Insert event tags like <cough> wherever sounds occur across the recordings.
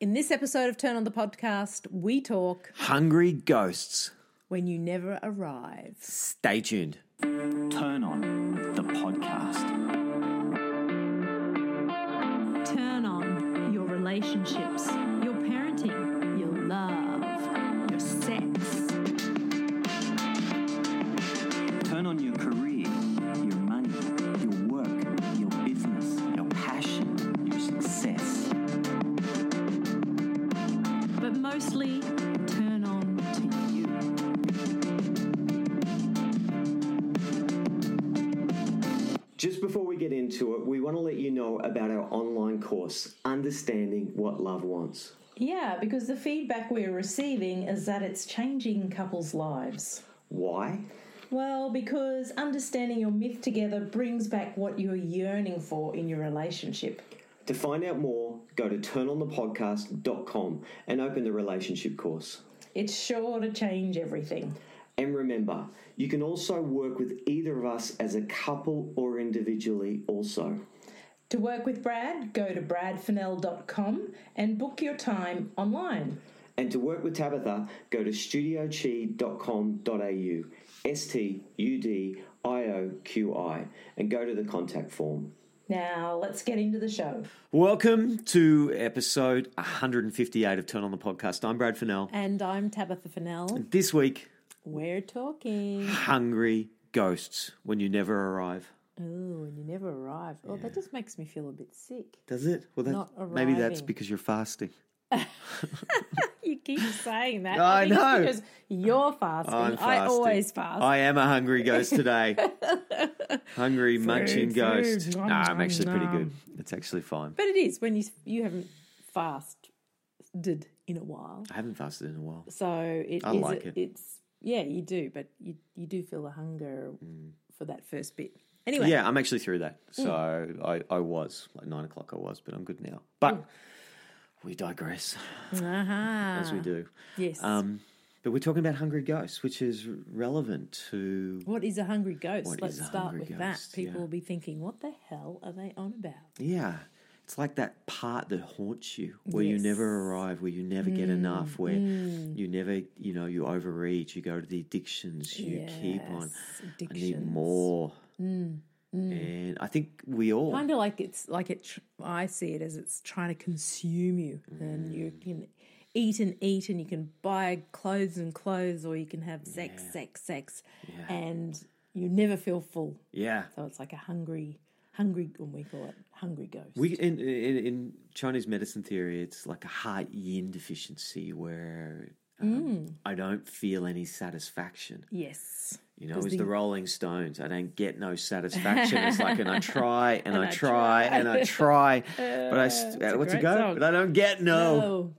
In this episode of Turn on the Podcast, we talk Hungry Ghosts. when you never arrive. Stay tuned. Turn on the podcast. Turn on your relationships, your parenting, your love, your sex. Turn on your career, your money, your work, your business, your passion, your success. But mostly, turn on to you. Just before we get into it, we want to let you know about our online course, Understanding What Love Wants. Yeah, because the feedback we're receiving is that it's changing couples' lives. Why? Well, because understanding your myth together brings back what you're yearning for in your relationship. To find out more, go to turnonthepodcast.com and open the relationship course. It's sure to change everything. And remember, you can also work with either of us as a couple or individually also. To work with Brad, go to bradfennell.com and book your time online. And to work with Tabitha, go to studiochi.com.au, S T U D I O Q I, and go to the contact form. Now, let's get into the show. Welcome to episode 158 of Turn on the Podcast. I'm Brad Fennell. And I'm Tabitha Fennell. This week, We're talking. Hungry Ghosts when you never arrive. Oh, and you never arrive. Oh, that just makes me feel a bit sick. Does it? Well, that, Not maybe that's arriving. because you're fasting. You <laughs> keep saying that. I think it's know. Because you're fasting. I'm I fasting. always fast. I am a hungry <laughs> ghost today. hungry munching food. ghost. Nom, Nah, I'm nom, actually pretty nom. good. It's actually fine. but it is when you you haven't fasted in a while. I haven't fasted in a while. So it I is- like it. It's yeah, you do, but you you do feel the hunger Mm. for that first bit. Anyway, Mm. Yeah, I'm actually through that. So I, I was like nine o'clock. I was, but I'm good now. But Mm. we digress as Ah. we do. Uh-huh. yes. Um, but we're talking about hungry ghosts, which is relevant to What is a hungry ghost? What Let's is a start hungry with that. ghost? People Yeah. will be thinking, what the hell are they on about? yeah. It's like that part that haunts you, where Yes. Mm, you never arrive, where you never get enough, where you never, you know, you overreach, you go to the addictions, you keep Yes, on. I need addictions. Mm, more. And I think we all Kind of like it's like it. tr- I see it as it's trying to consume you, Mm. and you can eat and eat, and you can buy clothes and clothes, or you can have sex, sex, sex, and you never feel full. yeah. So it's like a hungry, hungry. When we call it hungry ghost. We in, in in Chinese medicine theory, it's like a heart yin deficiency where um, Mm. I don't feel any satisfaction. yes. You know, it's the Rolling Stones. I don't get no satisfaction. It's like, <laughs> and I try, and, I, try, and I try, but I st- what's it Uh, great go? song. But I don't get no. Oh,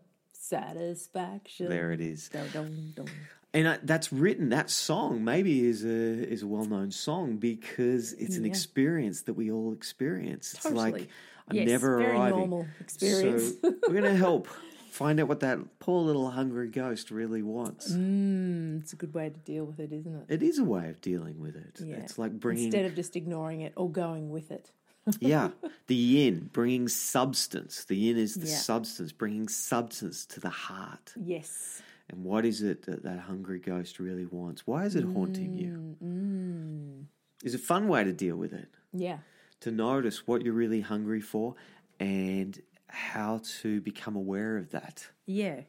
satisfaction. There it is, Dun, dun, dun. and I, that's written. That song maybe is a is a well known song because it's an experience that we all experience. It's like Totally. I'm Yes, never very arriving. normal experience. So <laughs> we're going to help find out what that poor little hungry ghost really wants. Mm. It's a good way to deal with it, isn't it? It is a way of dealing with it. Yeah. It's like bringing, Instead of just ignoring it or going with it. yeah, the yin, bringing substance. The yin is the Yeah. substance, bringing substance to the heart. Yes. And what is it that that hungry ghost really wants? Why is it haunting you? Is a fun way to deal with it. Yeah. to notice what you're really hungry for and how to become aware of that. Yeah.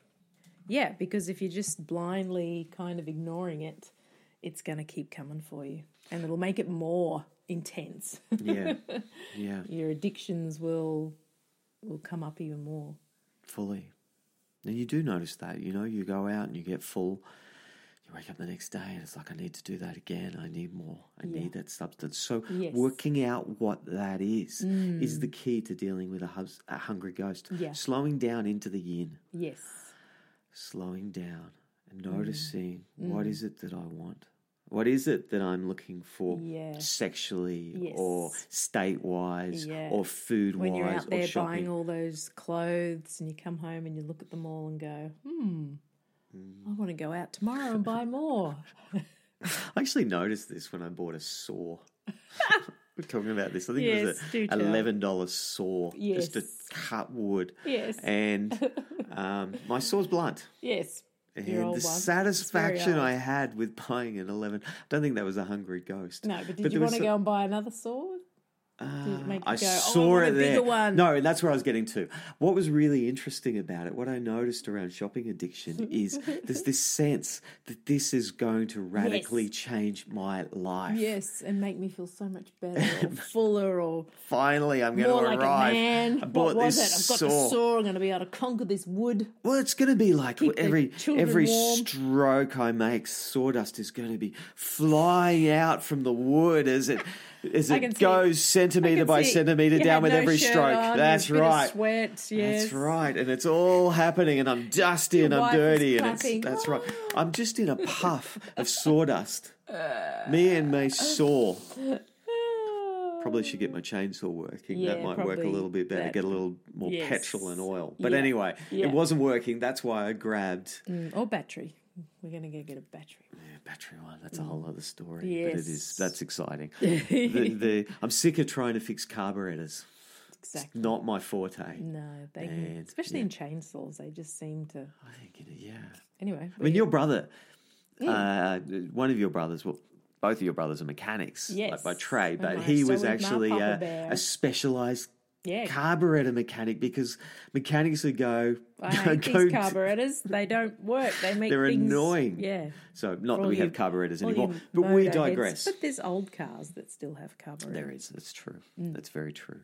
Yeah, because if you're just blindly kind of ignoring it, it's going to keep coming for you and it'll make it more intense. <laughs> Yeah. yeah. Your addictions will will come up even more. Fully. And you do notice that, you know, you go out and you get full. You wake up the next day and it's like, I need to do that again. I need more. I need that substance. So, Yes. Mm. working out what that is is the key to dealing with a, hus- a hungry ghost. Yeah. Slowing down into the yin, Yes. slowing down and Mm. noticing what is it that I want? What is it that I'm looking for Yeah. sexually or Yes. state wise Yeah. or food When you're wise out or there shopping? buying all those clothes and you come home and you look at them all and go, hmm, Hmm. I want to go out tomorrow <laughs> and buy more. <laughs> I actually noticed this when I bought a saw. We're talking about this. I think it Yes, was do a tell. eleven dollar saw Yes. just to cut wood. Yes. and um, my saw's blunt. Yes. Your And old the one. satisfaction old. I had with buying an eleven. I don't think that was a hungry ghost. No, but did you there want was to so- go and buy another sword? Did it make you I go, oh, I saw want it a there. bigger one? No, that's where I was getting to. What was really interesting about it, what I noticed around shopping addiction <laughs> is there's this sense that this is going to radically change my life. Yes, and make me feel so <laughs> much better or fuller or Finally, I'm going more to like arrive. a man. I bought What was it? this I've got saw. the saw. I'm going to be able to conquer this wood. Well, it's going to be like Keep the every children every warm. stroke I make, sawdust is going to be flying out from the wood as it as I it can see- goes I centimeter can by see centimeter you down had with no every shirt stroke. on, That's there's a bit of right. sweat. Yes. That's right, and it's all happening, and I'm dusty and I'm wife is dirty, and it's, clapping. that's <gasps> right. I'm just in a puff of sawdust. Me and my saw. Ah. Probably should get my chainsaw working. that Yeah, might work a probably little bit better. that. Get a little more Yes. petrol and oil. But Yeah. anyway, Yeah. Mm. it wasn't working. That's why I grabbed Or battery. We're going to go get a battery. <laughs> Yeah, battery one. That's a whole other story. But it is Mm. Yes. <laughs> that's exciting. the, the, I'm sick of trying to fix carburetors. Exactly. Not my forte. No, they can, And- especially yeah. in chainsaws, they just seem to. I think it, yeah. Anyway, I mean, your brother, Mm. uh, one of your brothers, well, both of your brothers are mechanics, like Yes. by trade, And but my- he so was was my actually Papa a, Bear. a specialized yeah, carburetor mechanic because mechanics who go, <laughs> I hate go- these carburetors. They don't work. They make they're things, annoying. Yeah. So not that all we you- have carburetors all anymore, you but we motorheads. digress. But there's old cars that still have carburetors. There is. That's true. Mm. That's very true.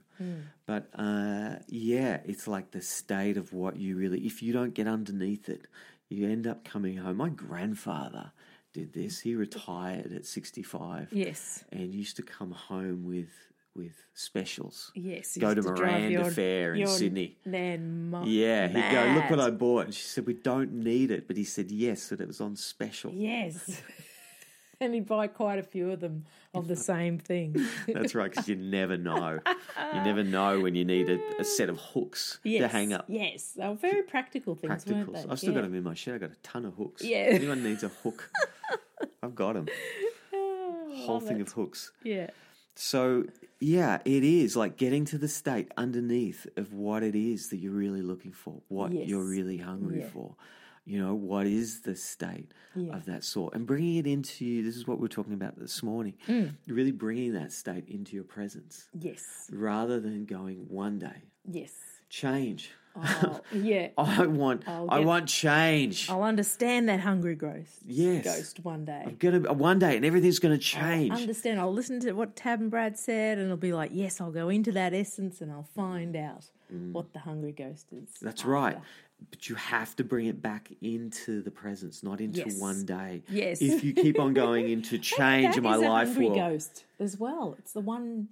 But uh, yeah, it's like the state of what you really. If you don't get underneath it, you end up coming home. My grandfather did this. He retired at sixty-five. Yes. and used to come home with with specials. Yes. you go used to drive Miranda your- Fair in your Sydney. Nan Ma- Yeah, he'd go, look what I mad. bought. And she said, we don't need it. But he said, yes, that it was on special. Yes. <laughs> and he'd buy quite a few of them of the same <laughs> thing. That's right, because you never know. <laughs> you never know when you need a, a set of hooks to Yes. hang up Yes. They were very practical things, weren't practicals. they? I've still yeah. got them in my shed. I've got a ton of hooks. Yeah. Anyone needs a hook, <laughs> I've got them. Whole Oh, thing of hooks. Yeah. So, yeah, it is like getting to the state underneath of what it is that you're really looking for, what Yes. you're really hungry Yeah. for. You know, what is the state Yeah. of that sort? And bringing it into this is what we we're talking about this morning. Mm. Really bringing that state into your presence Yes. rather than going one day, Yes. <laughs> change. Oh, yeah. I want, I'll I get- want change. I'll understand that hungry ghost. Yes. Ghost one day. I'm gonna one day, and everything's Oh, gonna change. understand. I'll listen to what Tab and Brad said, and I'll be like, yes, I'll go into that essence and I'll find out what the hungry ghost is. Mm. That's after. right. But you have to bring it back into the presence, not into Yes. one day. Yes. If you keep <laughs> on going into change, That my is a life hungry will. ghost as well. It's the one,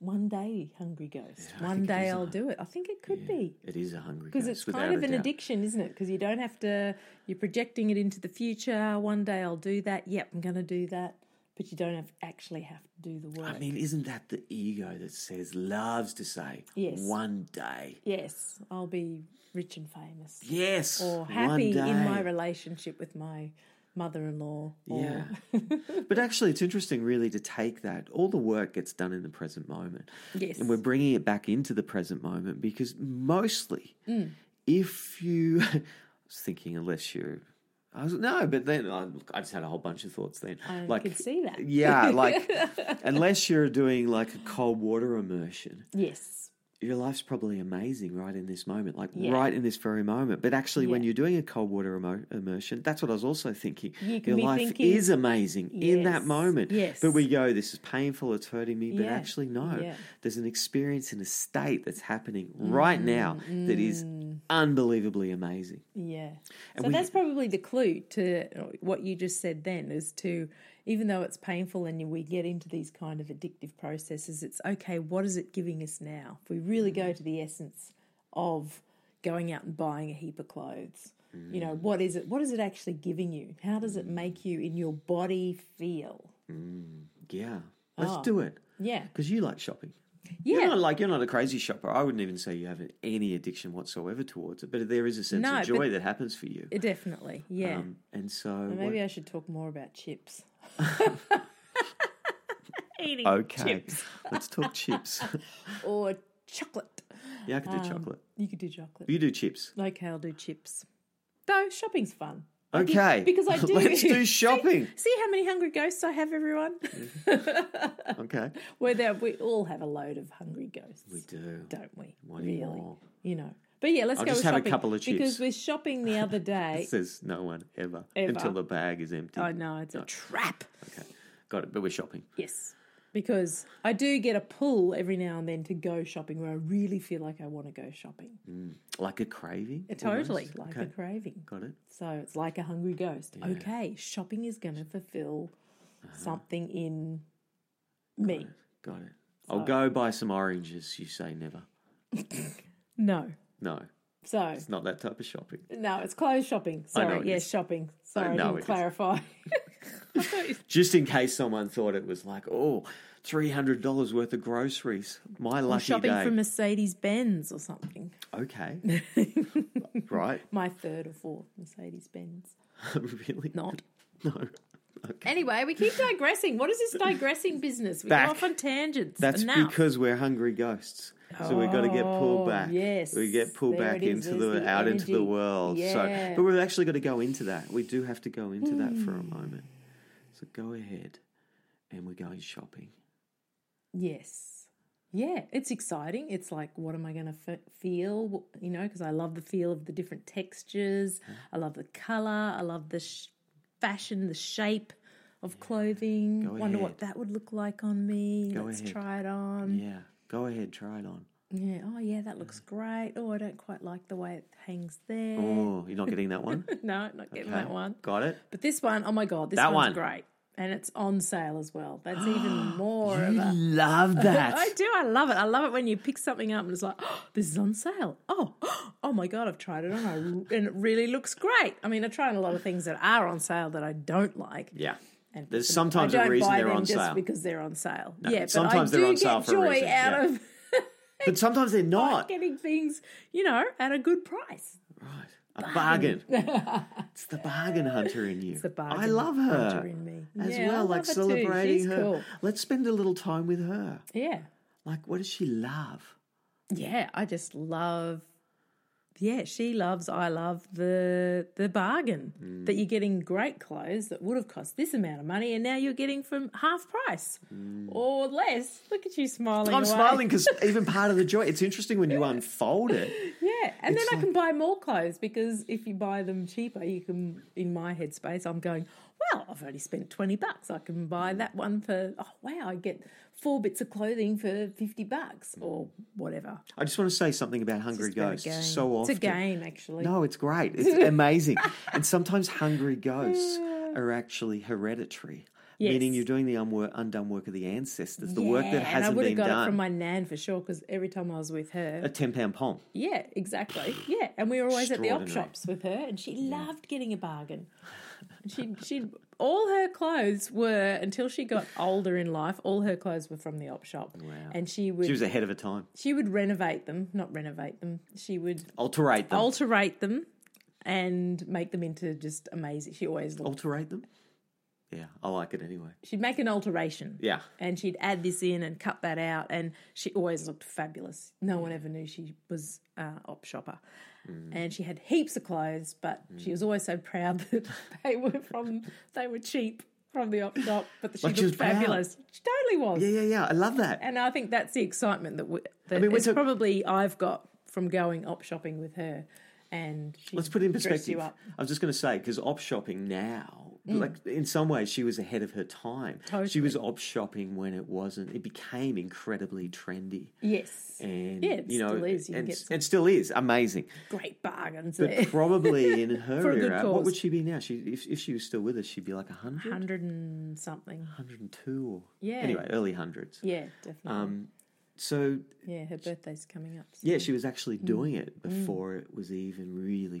one day hungry ghost. one think it day is a I'll do it. I think it could be. It is a hungry Because ghost. it's without kind of a an doubt. addiction, isn't it? Because you don't have to, you're projecting it into the future. One day I'll do that. Yep, I'm going to do that. But you don't have, actually have to do the work. I mean, isn't that the ego that says loves to say Yes. one day? yes, I'll be rich and famous. Yes. or one happy in my day. relationship with my mother-in-law. Or, <laughs> Yeah. but actually, it's interesting, really, to take that. All the work gets done in the present moment. Yes. And we're bringing it back into the present moment because mostly, Mm. if you, <laughs> I was thinking, unless you're, I was, no, but then I, look, I just had a whole bunch of thoughts then. I could see that. Yeah, <laughs> like, unless you're doing like a cold water immersion, Yes. your life's probably amazing right in this moment, like Yeah. right in this very moment. But actually, when Yeah. you're doing a cold water emo- immersion, that's what I was also thinking. You your can be life thinking- is amazing in that Yes, moment. yes. But we go, this is painful, it's hurting me. But Yeah, actually, no. yeah. Mm-hmm. There's an experience and a state that's happening right now that is Mm. unbelievably amazing. Yeah. And so we- that's probably the clue to what you just said then is to even though it's painful and we get into these kind of addictive processes, it's okay, what is it giving us now? If we really Mm. go to the essence of going out and buying a heap of clothes, you Mm. know, what is it what is it actually giving you? How does it make you in your body feel? Yeah. Let's do it. Yeah. Because you like shopping. Oh. Yeah. You're not like you're not a crazy shopper. I wouldn't even say you have any addiction whatsoever towards it, but there is a sense No, of but- joy that happens for you. Definitely. Yeah. Um, and so Maybe what- <laughs> I should talk more about chips. <laughs> eating Okay, chips <laughs> let's talk <laughs> chips. or chocolate. Yeah, I could do Um, chocolate. You could do chocolate. You do chips. Okay, I'll do chips. Though shopping's fun. Be- Okay. because <laughs> I do. Let's do <laughs> See- shopping. See how many hungry ghosts I have, everyone. <laughs> Okay. Where there, we all have a load of hungry ghosts. We do. don't we? One really, more. you know. But yeah, let's I'll go just with have a shopping couple of chips. because we're shopping <laughs> the other day. Says no one ever, Ever. until the bag is empty. I know it's a trap. Okay. Got it. But we're shopping. Yes, because I do get a pull every now and then to go shopping where I really feel like I want to go shopping. Like a craving. Totally, almost? like okay. a craving. Got it. So it's like a hungry ghost. Okay, shopping is going to fulfill something in me. Got it. I'll go buy some oranges. You say never. No, No, so it's not that type of shopping. no, it's clothes shopping. know Sorry, it yes, is. shopping. Sorry, I, know it didn't is. clarify. Just in case someone thought it was like, oh, $300 worth of groceries. My lucky shopping day. for Mercedes Benz or something. okay. <laughs> right. <laughs> <laughs> My third or fourth Mercedes Benz. really? Not. <laughs> No. Anyway, we keep digressing. What is this digressing business? We Back. go off on tangents. That's Enough. because we're hungry ghosts. So we've got to get pulled back. Oh, yes. we get pulled There it back is. into the, There's the out into the energy. world. So, Yeah. Hmm. but we've actually got to go into that. We do have to go into that for a moment. So go ahead, and we're going shopping. Yes. Yeah, it's exciting. It's like, what am I going to f- feel? You know, because I love the feel of the different textures. I love the color. I love the sh- fashion, the shape of clothing. Go Wonder ahead. what that would look like on me. Go Let's ahead. try it on. Yeah, go ahead, try it on. Yeah. Oh, yeah, that looks great. Oh, I don't quite like the way it hangs there. Oh, you're not getting that one. <laughs> No, not getting Okay, that one. Got it. But this one, oh my god, this That one's one. great, and it's on sale as well. <gasps> That's even more of a. Love <laughs> that. I do. I love it. I love it when you pick something up and it's like, <gasps> oh, this is on sale. Oh, <gasps> oh my god, I've tried it on, I, and it really looks great. I mean, I try on a lot of things that are on sale that I don't like. yeah. And There's I sometimes a don't reason buy they're them on just sale, because they're on sale. yeah, but sometimes I they're do on sale get for a joy reason, out yeah. of but sometimes they're <laughs> not. getting things, you know, at a good price. A bargain. <laughs> it's the bargain hunter in you. It's the bargain I love her hunter in me. as Yeah, I well. love Like her too. celebrating She's her. cool. Let's spend a little time with her. Yeah. Like, what does she love? yeah, I just love. Yeah, she loves. I love the the bargain Mm. that you're getting great clothes that would have cost this amount of money, and now you're getting from half price or less. Look at you smiling. Mm. I'm away. <laughs> smiling because even part of the joy. It's interesting when you unfold it. Yeah, and then It's I can buy more clothes because if you buy them cheaper, you can. In my headspace, I'm going. Well, I've only spent twenty bucks. I can Mm. buy that one for. Oh wow, I get four bits of clothing for fifty bucks or Mm. whatever. I just want to say something about Hungry It's been a Ghosts. game. So often, it's a game actually. No, it's <laughs> great. It's amazing. and sometimes hungry ghosts are actually hereditary, meaning Yes. you're doing the unwor- undone work of the ancestors, the work that and I hasn't would been have got done. it from my nan for sure because every time I was with a her, ten pound pom. yeah, exactly, yeah, and we were always at the op Extraordinary. shops with her, and she loved getting a bargain. She she all her clothes were until she got older in life. All her clothes were from the op shop, wow. and she would She she, was ahead of her time. would renovate them, not renovate them. She would Alterate them. alterate them and make them into just amazing. She always looked. Alterate them. Yeah, I like it anyway. She'd make an alteration. Oh. Yeah. and she'd add this in and cut that out and she always looked fabulous no Mm. one ever knew she was uh, op shopper and she had heaps of clothes but she was always so proud <laughs> that they were from they were cheap from the op shop but she Like she was looked proud. fabulous she totally was Yeah, yeah, yeah. I love that. and i think that's the excitement that, we, that mean, we it's took- probably i've got from going op shopping with her and she Let's put it in dressed perspective. you up. Mm. I was just going to say because op shopping now, like in some ways, she was ahead of her time. She was op shopping when it wasn't. It became incredibly trendy. yes and Yeah, it you know, still is. You can and, get some- it still is <laughs> amazing. great bargains there <laughs> But probably in her For a good era, what cause. would she be now? She, if, if she was still with us, she'd be like 100, 100 and something 102 or Yeah. anyway, early hundreds. yeah definitely Um, So yeah her birthday's coming up so. yeah, she was actually doing it before it was even really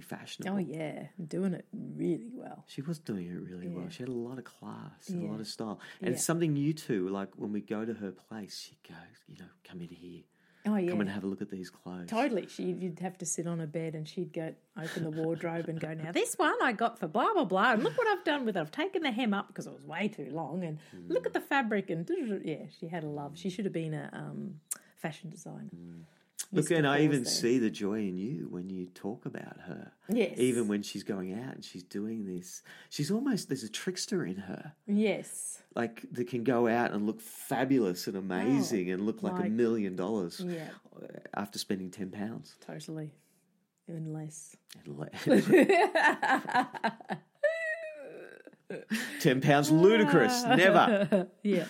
Mm. fashionable. Oh yeah, doing it really well. She was doing it really well. She had a lot of class and a lot of style. And it's Yeah. something new too. Like when we go to her place, she goes, you know, come in here. Oh, yeah. Come and have a look at these clothes. Totally. She, you'd have to sit on a bed and she'd go open the wardrobe and go, now this one I got for blah, blah, blah. And look what I've done with it. I've taken the hem up because it was way too long. And look at the fabric. And yeah, she had a love. She should have been a um, fashion designer. Mm. Look, Mr. and I Paul's even there. see the joy in you when you talk about her. Yes. Even when she's going out and she's doing this, she's almost there's a trickster in her, Yes. like that can go out and look fabulous and amazing and look like a like- million dollars Yeah, after spending ten pounds. totally. Even <laughs> <laughs> less. And le- ten <laughs> pounds, ludicrous, never Yep.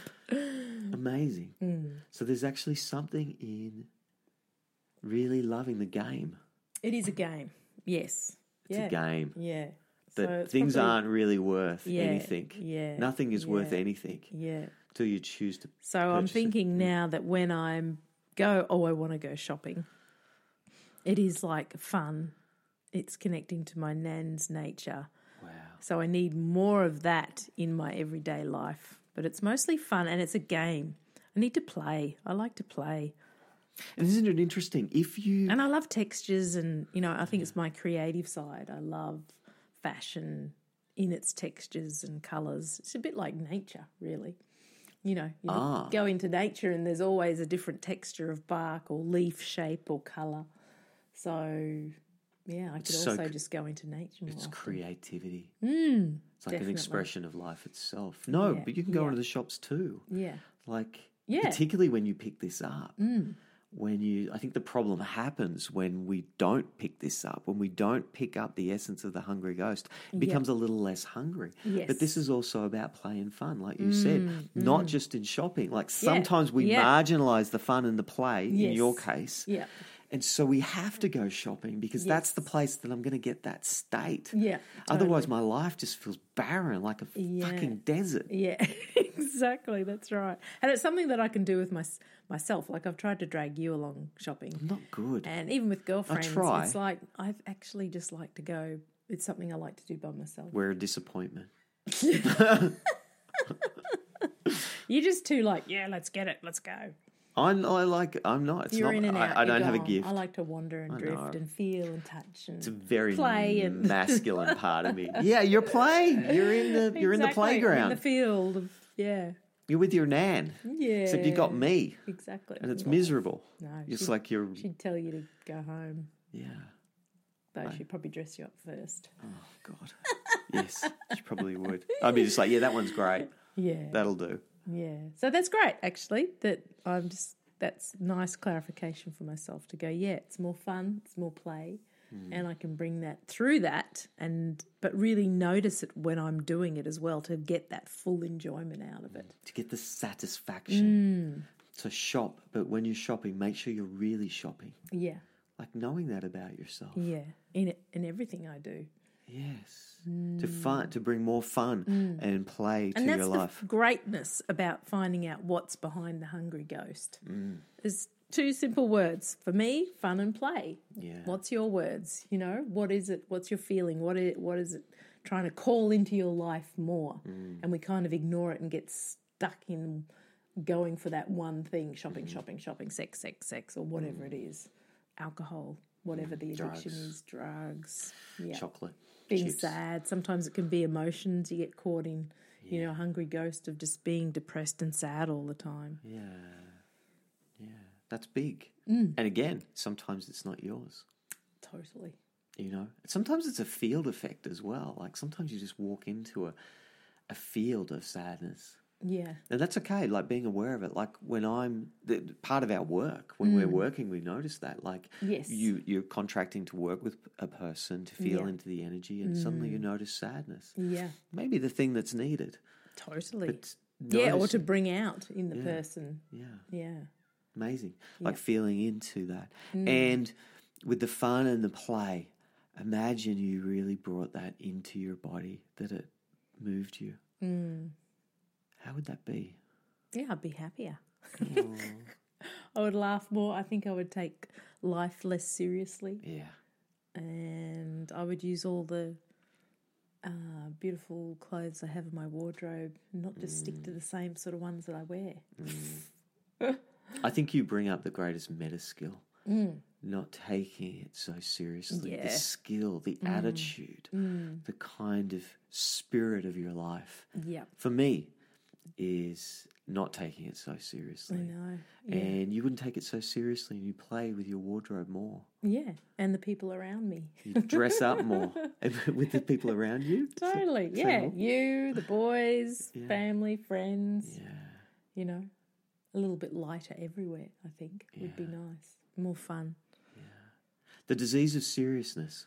amazing. Mm. So there's actually something in really loving the game. It is a game. Yes. It's yeah. a game. Yeah. So that it's things probably- aren't really worth Yeah, anything. yeah, Nothing is worth yeah. anything Yeah. till you choose to. So I'm purchase it. thinking now that when I'm go, oh, I want to go shopping. It is like fun. It's connecting to my nan's nature. Wow. So I need more of that in my everyday life. But it's mostly fun and it's a game. I need to play. I like to play. And isn't it interesting? If you And I love textures and, you know, I think it's my creative side. I love fashion in its textures and colours. It's a bit like nature, really. You know, you Ah. go into nature and there's always a different texture of bark or leaf shape or colour. So, yeah, I could so also c- just go into nature more. it's often. creativity, it's like Mm. definitely. an expression of life itself. No, Yeah, but you can go yeah. into the shops too. yeah. Like, Yeah. Mm. particularly when you pick this up. When you, I think the problem happens when we don't pick this up, when we don't pick up the essence of the hungry ghost, it becomes a little less hungry. Yes. Mm, But this is also about play and fun, like you said, not just in shopping. Like sometimes we yeah. marginalize the fun and the play in Yes. your case. Yeah. And so we have to go shopping because that's the place that I'm going to get that state. Yeah, Otherwise, my life just feels barren, like a fucking desert. Yeah, <laughs> exactly. That's right. And it's something that I can do with my, myself. Like I've tried to drag you along shopping. Not good. And even with girlfriends, try. it's like I actually just like to go. It's something I like to do by myself. We're a disappointment. You're just too like, yeah, let's get it, let's go. I'm, I like. I'm not. It's You're not. in and I, out. I you're don't have a gone. gift. I like to wander and drift know. and feel and touch and it's a very play and <laughs> masculine part of me. Yeah, you're playing. You're in the. You're in Exactly, the I'm playground. in the field. Of, yeah, you're with your nan. yeah. Except you got me, exactly, and it's miserable. No, Just she- like you're. She'd tell you to go home, yeah. though she'd probably dress you up first. Oh God. yes, she probably would. I'd be just like, yeah, that one's great. Yeah, That'll do. yeah. So that's great, actually. That I'm just. That's nice clarification for myself to go. Yeah, it's more fun. It's more play. Hmm. And I can bring that through that, and but really notice it when I'm doing it as well to get that full enjoyment out of it. To get the satisfaction. Mm. So shop, but when you're shopping, make sure you're really shopping. Yeah, Like knowing that about yourself. yeah. In it, in everything I do, Yes. To fun, to bring more fun and play to Mm. and that's your the life. greatness about finding out what's behind the hungry ghost. Hmm. There's two simple words for me: fun and play. Yeah. What's your words? You know, what is it? What's your feeling? What is, what is it trying to call into your life more? Mm. And we kind of ignore it and get stuck in going for that one thing shopping, Mm. shopping, shopping, sex, sex, sex, or whatever it is alcohol, whatever the addiction is, drugs, yeah. Mm. Chocolate. being chips. sad. Sometimes it can be emotions you get caught in. You know, a hungry ghost of just being depressed and sad all the time. Yeah. Yeah. That's big. Mm. And again, sometimes it's not yours. Totally. You know? Sometimes it's a field effect as well. Like sometimes you just walk into a a field of sadness. Yeah. And that's okay, like being aware of it. Like when I'm the, part of our work, when we're working, we notice that. Like Mm. Yes. you, you're contracting to work with a person to feel Yeah. Mm. into the energy, and suddenly you notice sadness. Yeah. Maybe the thing that's needed, Totally. but Yeah, or notice to it. bring out in the person. yeah, Yeah. amazing. Like feeling into that, and with the fun and the play, imagine you really brought that into your body, that it moved you. How would that be? Yeah, I'd be happier. <laughs> I would laugh more. I think I would take life less seriously. Yeah. And I would use all the uh, beautiful clothes I Mm. have in my wardrobe, and not just stick to the same sort of ones that I wear. I think you bring up the greatest meta skill. Not taking it so seriously. Yeah. The skill, the attitude, the kind of spirit of your life. Yep. For me, is not taking it so seriously. I know. And you wouldn't take it so seriously and you play with your wardrobe more. Yeah. And the people around me. <laughs> You dress <laughs> up more <laughs> with the people around you. Totally. say yeah. more. You, the boys, Yeah. family, friends, Yeah. you know, a little bit lighter everywhere, I think would be nice. More fun The disease of seriousness.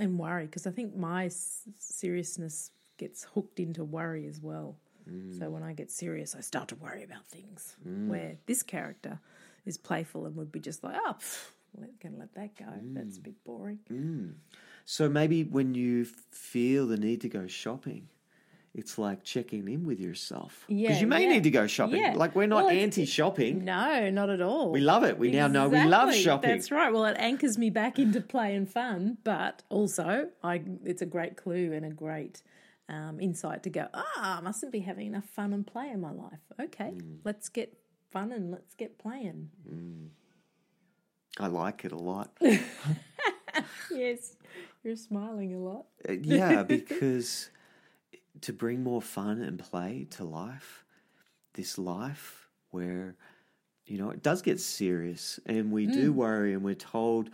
and worry because I think my s- seriousness gets hooked into worry as well. Mm. So when I get serious, I start to worry about things where this character is playful and would be just like, oh, pff, let, gonna let that go. Mm. That's a bit boring. So maybe when you feel the need to go shopping, it's like checking in with yourself. Yeah, Because you may yeah. need to go shopping. Yeah. Like we're not Well, it's- anti shopping. No, not at all. We love it. We now know we love Exactly. shopping. That's right. Well, it anchors me back into play and fun, but also I it's a great clue and a great um, insight to go. Ah, I mustn't be having enough fun and play in my life. Okay, Mm. let's get fun and let's get playing. I like it a lot. Yes, you're smiling a lot. <laughs> Uh, yeah, because to bring more fun and play to life, this life where, you know, it does get serious and we Mm. do worry and we're told,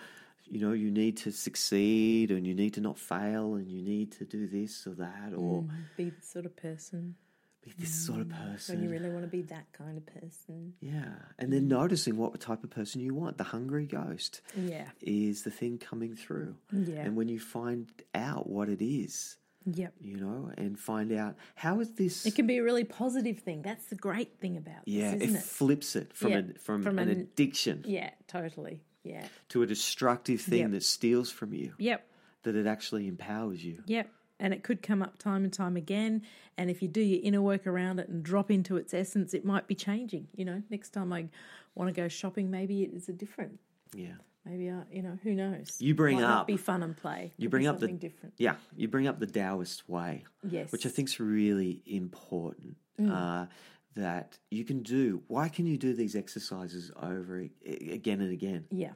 you know, you need to succeed and you need to not fail and you need to do this or that or Be the sort of person be this sort of Mm. when you person. really want to be that kind of person. Yeah. And then Mm. noticing what type of person you want. The hungry ghost Yeah. is the thing coming through. Yeah. And when you find out what it is, Yep. you know, and find out how is this. It can be a really positive thing. That's the great thing about this, yeah, it, isn't it? flips it from Yeah, an, from, from an, an- addiction yeah, totally. Yeah. to a destructive thing Yep. that steals from you. Yep. That it actually empowers you. Yep. And it could come up time and time again. And if you do your inner work around it and drop into its essence, it might be changing. You know, next time I want to go shopping, maybe it is a different. Yeah. Maybe I, you know, who knows? You bring might not up- be fun and play. Could You be bring up the something different. Yeah, you bring up the Taoist way. Yes. Mm. which I think's really important. Uh, that you can do. Why can you do these exercises over a- again and again? Yeah.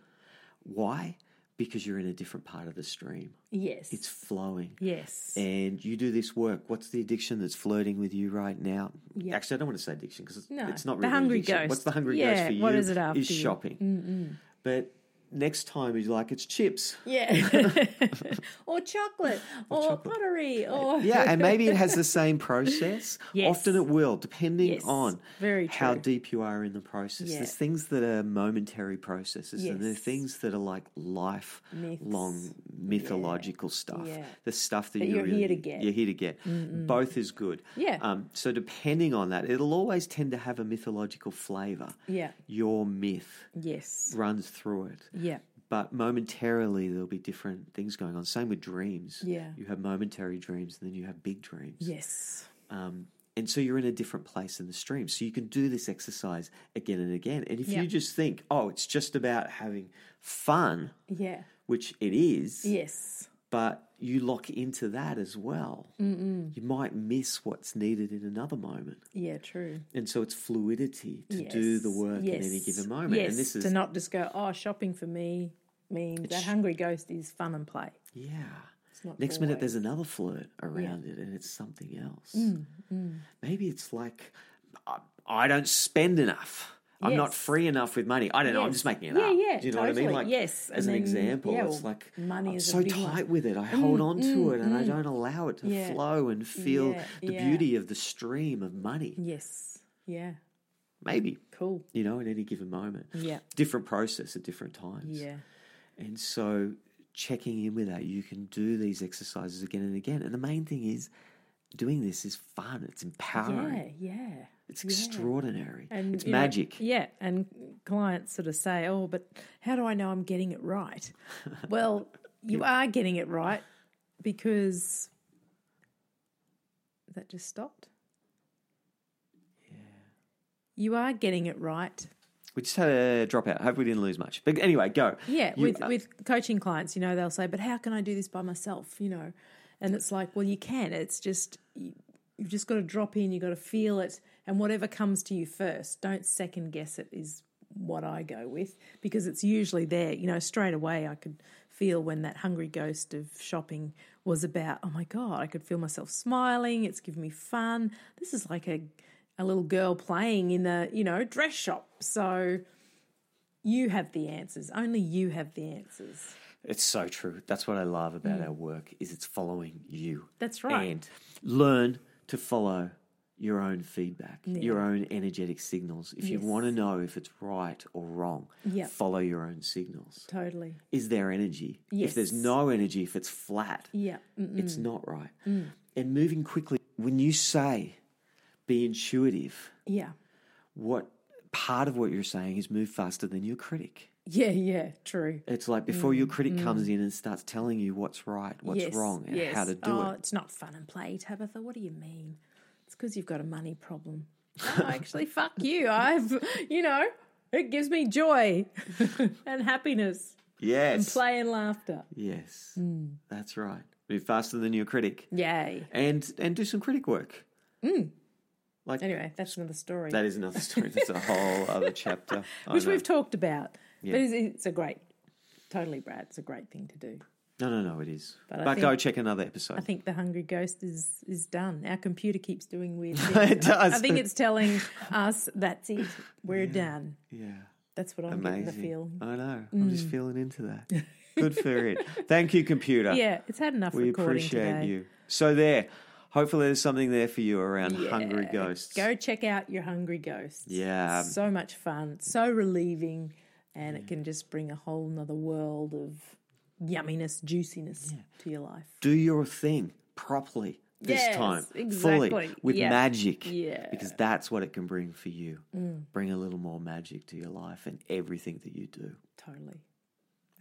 Why? Because you're in a different part of the stream. Yes. It's flowing. yes. And you do this work. What's the addiction that's flirting with you right now? Yeah. Actually, I don't want to say addiction because it's, No, it's not the really hungry addiction. What's ghost. the hungry ghost Yeah, for you? what is it after Is you? shopping. But next time you're like, <laughs> it's chips. <laughs> yeah. or chocolate or, pottery or. Yeah, and maybe it has the same process. <laughs> Yes. Often it will, depending Yes, on very how true. deep you are in the process. Yeah. There's things that are momentary processes, and there are Yes. things that are like life long mythological stuff. yeah. The stuff that, That you you're here really- to get. You're here to get. Both is good. Yeah. Um, so depending on that, it'll always tend to have a mythological flavour. Yeah. Your myth Yes. runs through it Yeah. but momentarily there'll be different things going on. Same with dreams. Yeah. You have momentary dreams and then you have big dreams. Yes. Um, and so you're in a different place in the stream. So you can do this exercise again and again. And if Yeah. you just think, oh, it's just about having fun, Yeah. which it is, Yes. but you lock into that as well, mm you might miss what's needed in another moment. Yeah. True. And so it's fluidity to do the Yes, work in any yes, given moment. Yes, and this is to not just go, oh, shopping for me means that hungry ghost is fun and play. Yeah. not Next minute, there's another flirt around it, and it's something else. Mm, Maybe it's like, I, I don't spend enough. I'm not Yes. free enough with money. I don't know. I'm Yes. just making it Yeah, up. yeah, Do you know what I mean? totally. Like, Yes, as and an then, example, yeah, it's well, like money I'm is a so big tight one. Mm, with it. I hold on to it, and I don't allow it to Yeah. flow and feel Yeah, the yeah. Mm. beauty of the stream of money. Yes. Yeah. Maybe Cool. you know, in any given moment, Yeah. different process at different times. Mm. Yeah. And so checking in with that, you can do these exercises again and again. And the main thing is doing this is fun. It's empowering. Yeah. Yeah. It's extraordinary. And, it's you know, magic. yeah. And clients sort of say, oh, but how do I know I'm getting it <laughs> right? well, you are getting it right because that just stopped. Yeah. You are getting it right We just had a dropout. Hope we didn't lose much. But anyway, go. Yeah, You- uh, with with coaching clients, you know, they'll say, "But how can I do this by myself?" You know, and it's like, well, you can. It's just you, you've just got to drop in. You've got to feel it, And whatever comes to you first, don't second guess it, is what I go with because it's usually there. You know, straight away I could feel when that hungry ghost of shopping was about, oh my God, I could feel myself smiling. It's giving me fun. This is like a, a little girl playing in the, you know, dress shop. So you have the answers. Only you have the answers. It's so true. That's what I love about our work is it's following you. That's Mm. right. And learn to follow your own feedback, your own energetic signals. If you Yes. want to know if it's right or wrong, Yep. follow your own signals. Totally. Is there energy? If there's Yes. no energy, if it's flat, Yeah. Mm. it's not right. And moving quickly, when you say be intuitive, Yeah. what part of what you're saying is move faster than your critic. Yeah. Yeah. True. It's like before your critic comes in and starts telling you what's right, what's Mm, Yes, wrong, and yes. how to do oh, it. It's not fun and play, Tabitha. What do you mean? It's because you've got a money <laughs> problem. No, actually, fuck you. I've, you know, it gives me joy <laughs> and happiness, Yes. play and laughter. Yes. mm. That's right. Move faster than your critic. Yay. And and do some critic work. Like Anyway, that's another story, that is another story. That's a whole <laughs> other chapter. Oh, I which know. we've talked about. But it's, it's a great, totally, Brad. It's a great thing to do. No, no, no, it is. But, I go think- check another episode. I think the hungry ghost is is done. Our computer keeps doing weird things. <laughs> it does. I think it's telling us that's it. We're done. yeah. That's what I'm Amazing. getting the feeling. Mm. I know. I'm just feeling <laughs> into that. Good for it. Thank you, computer. Yeah, it's had enough We recording appreciate today. you. So there. Hopefully there's something there for you around hungry ghosts. Go check out your hungry ghosts. Yeah. um, It's so much fun, so relieving, and it can just bring a whole nother world of yumminess, juiciness to your life. do your thing properly this Yes, time fully exactly. with Yeah. magic Yeah. Mm. because that's what it can bring for you bring a little more magic to your life and everything that you do Totally.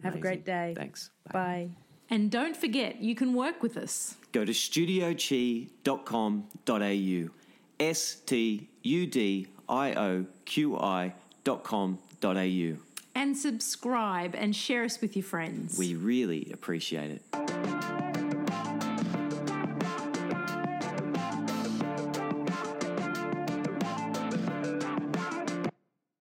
Have a Amazing. great day. thanks Bye. Bye. And don't forget, you can work with us. Go to studiochi.com.au. S T U D I O Q I dot com dot au. And subscribe and share us with your friends. We really appreciate it.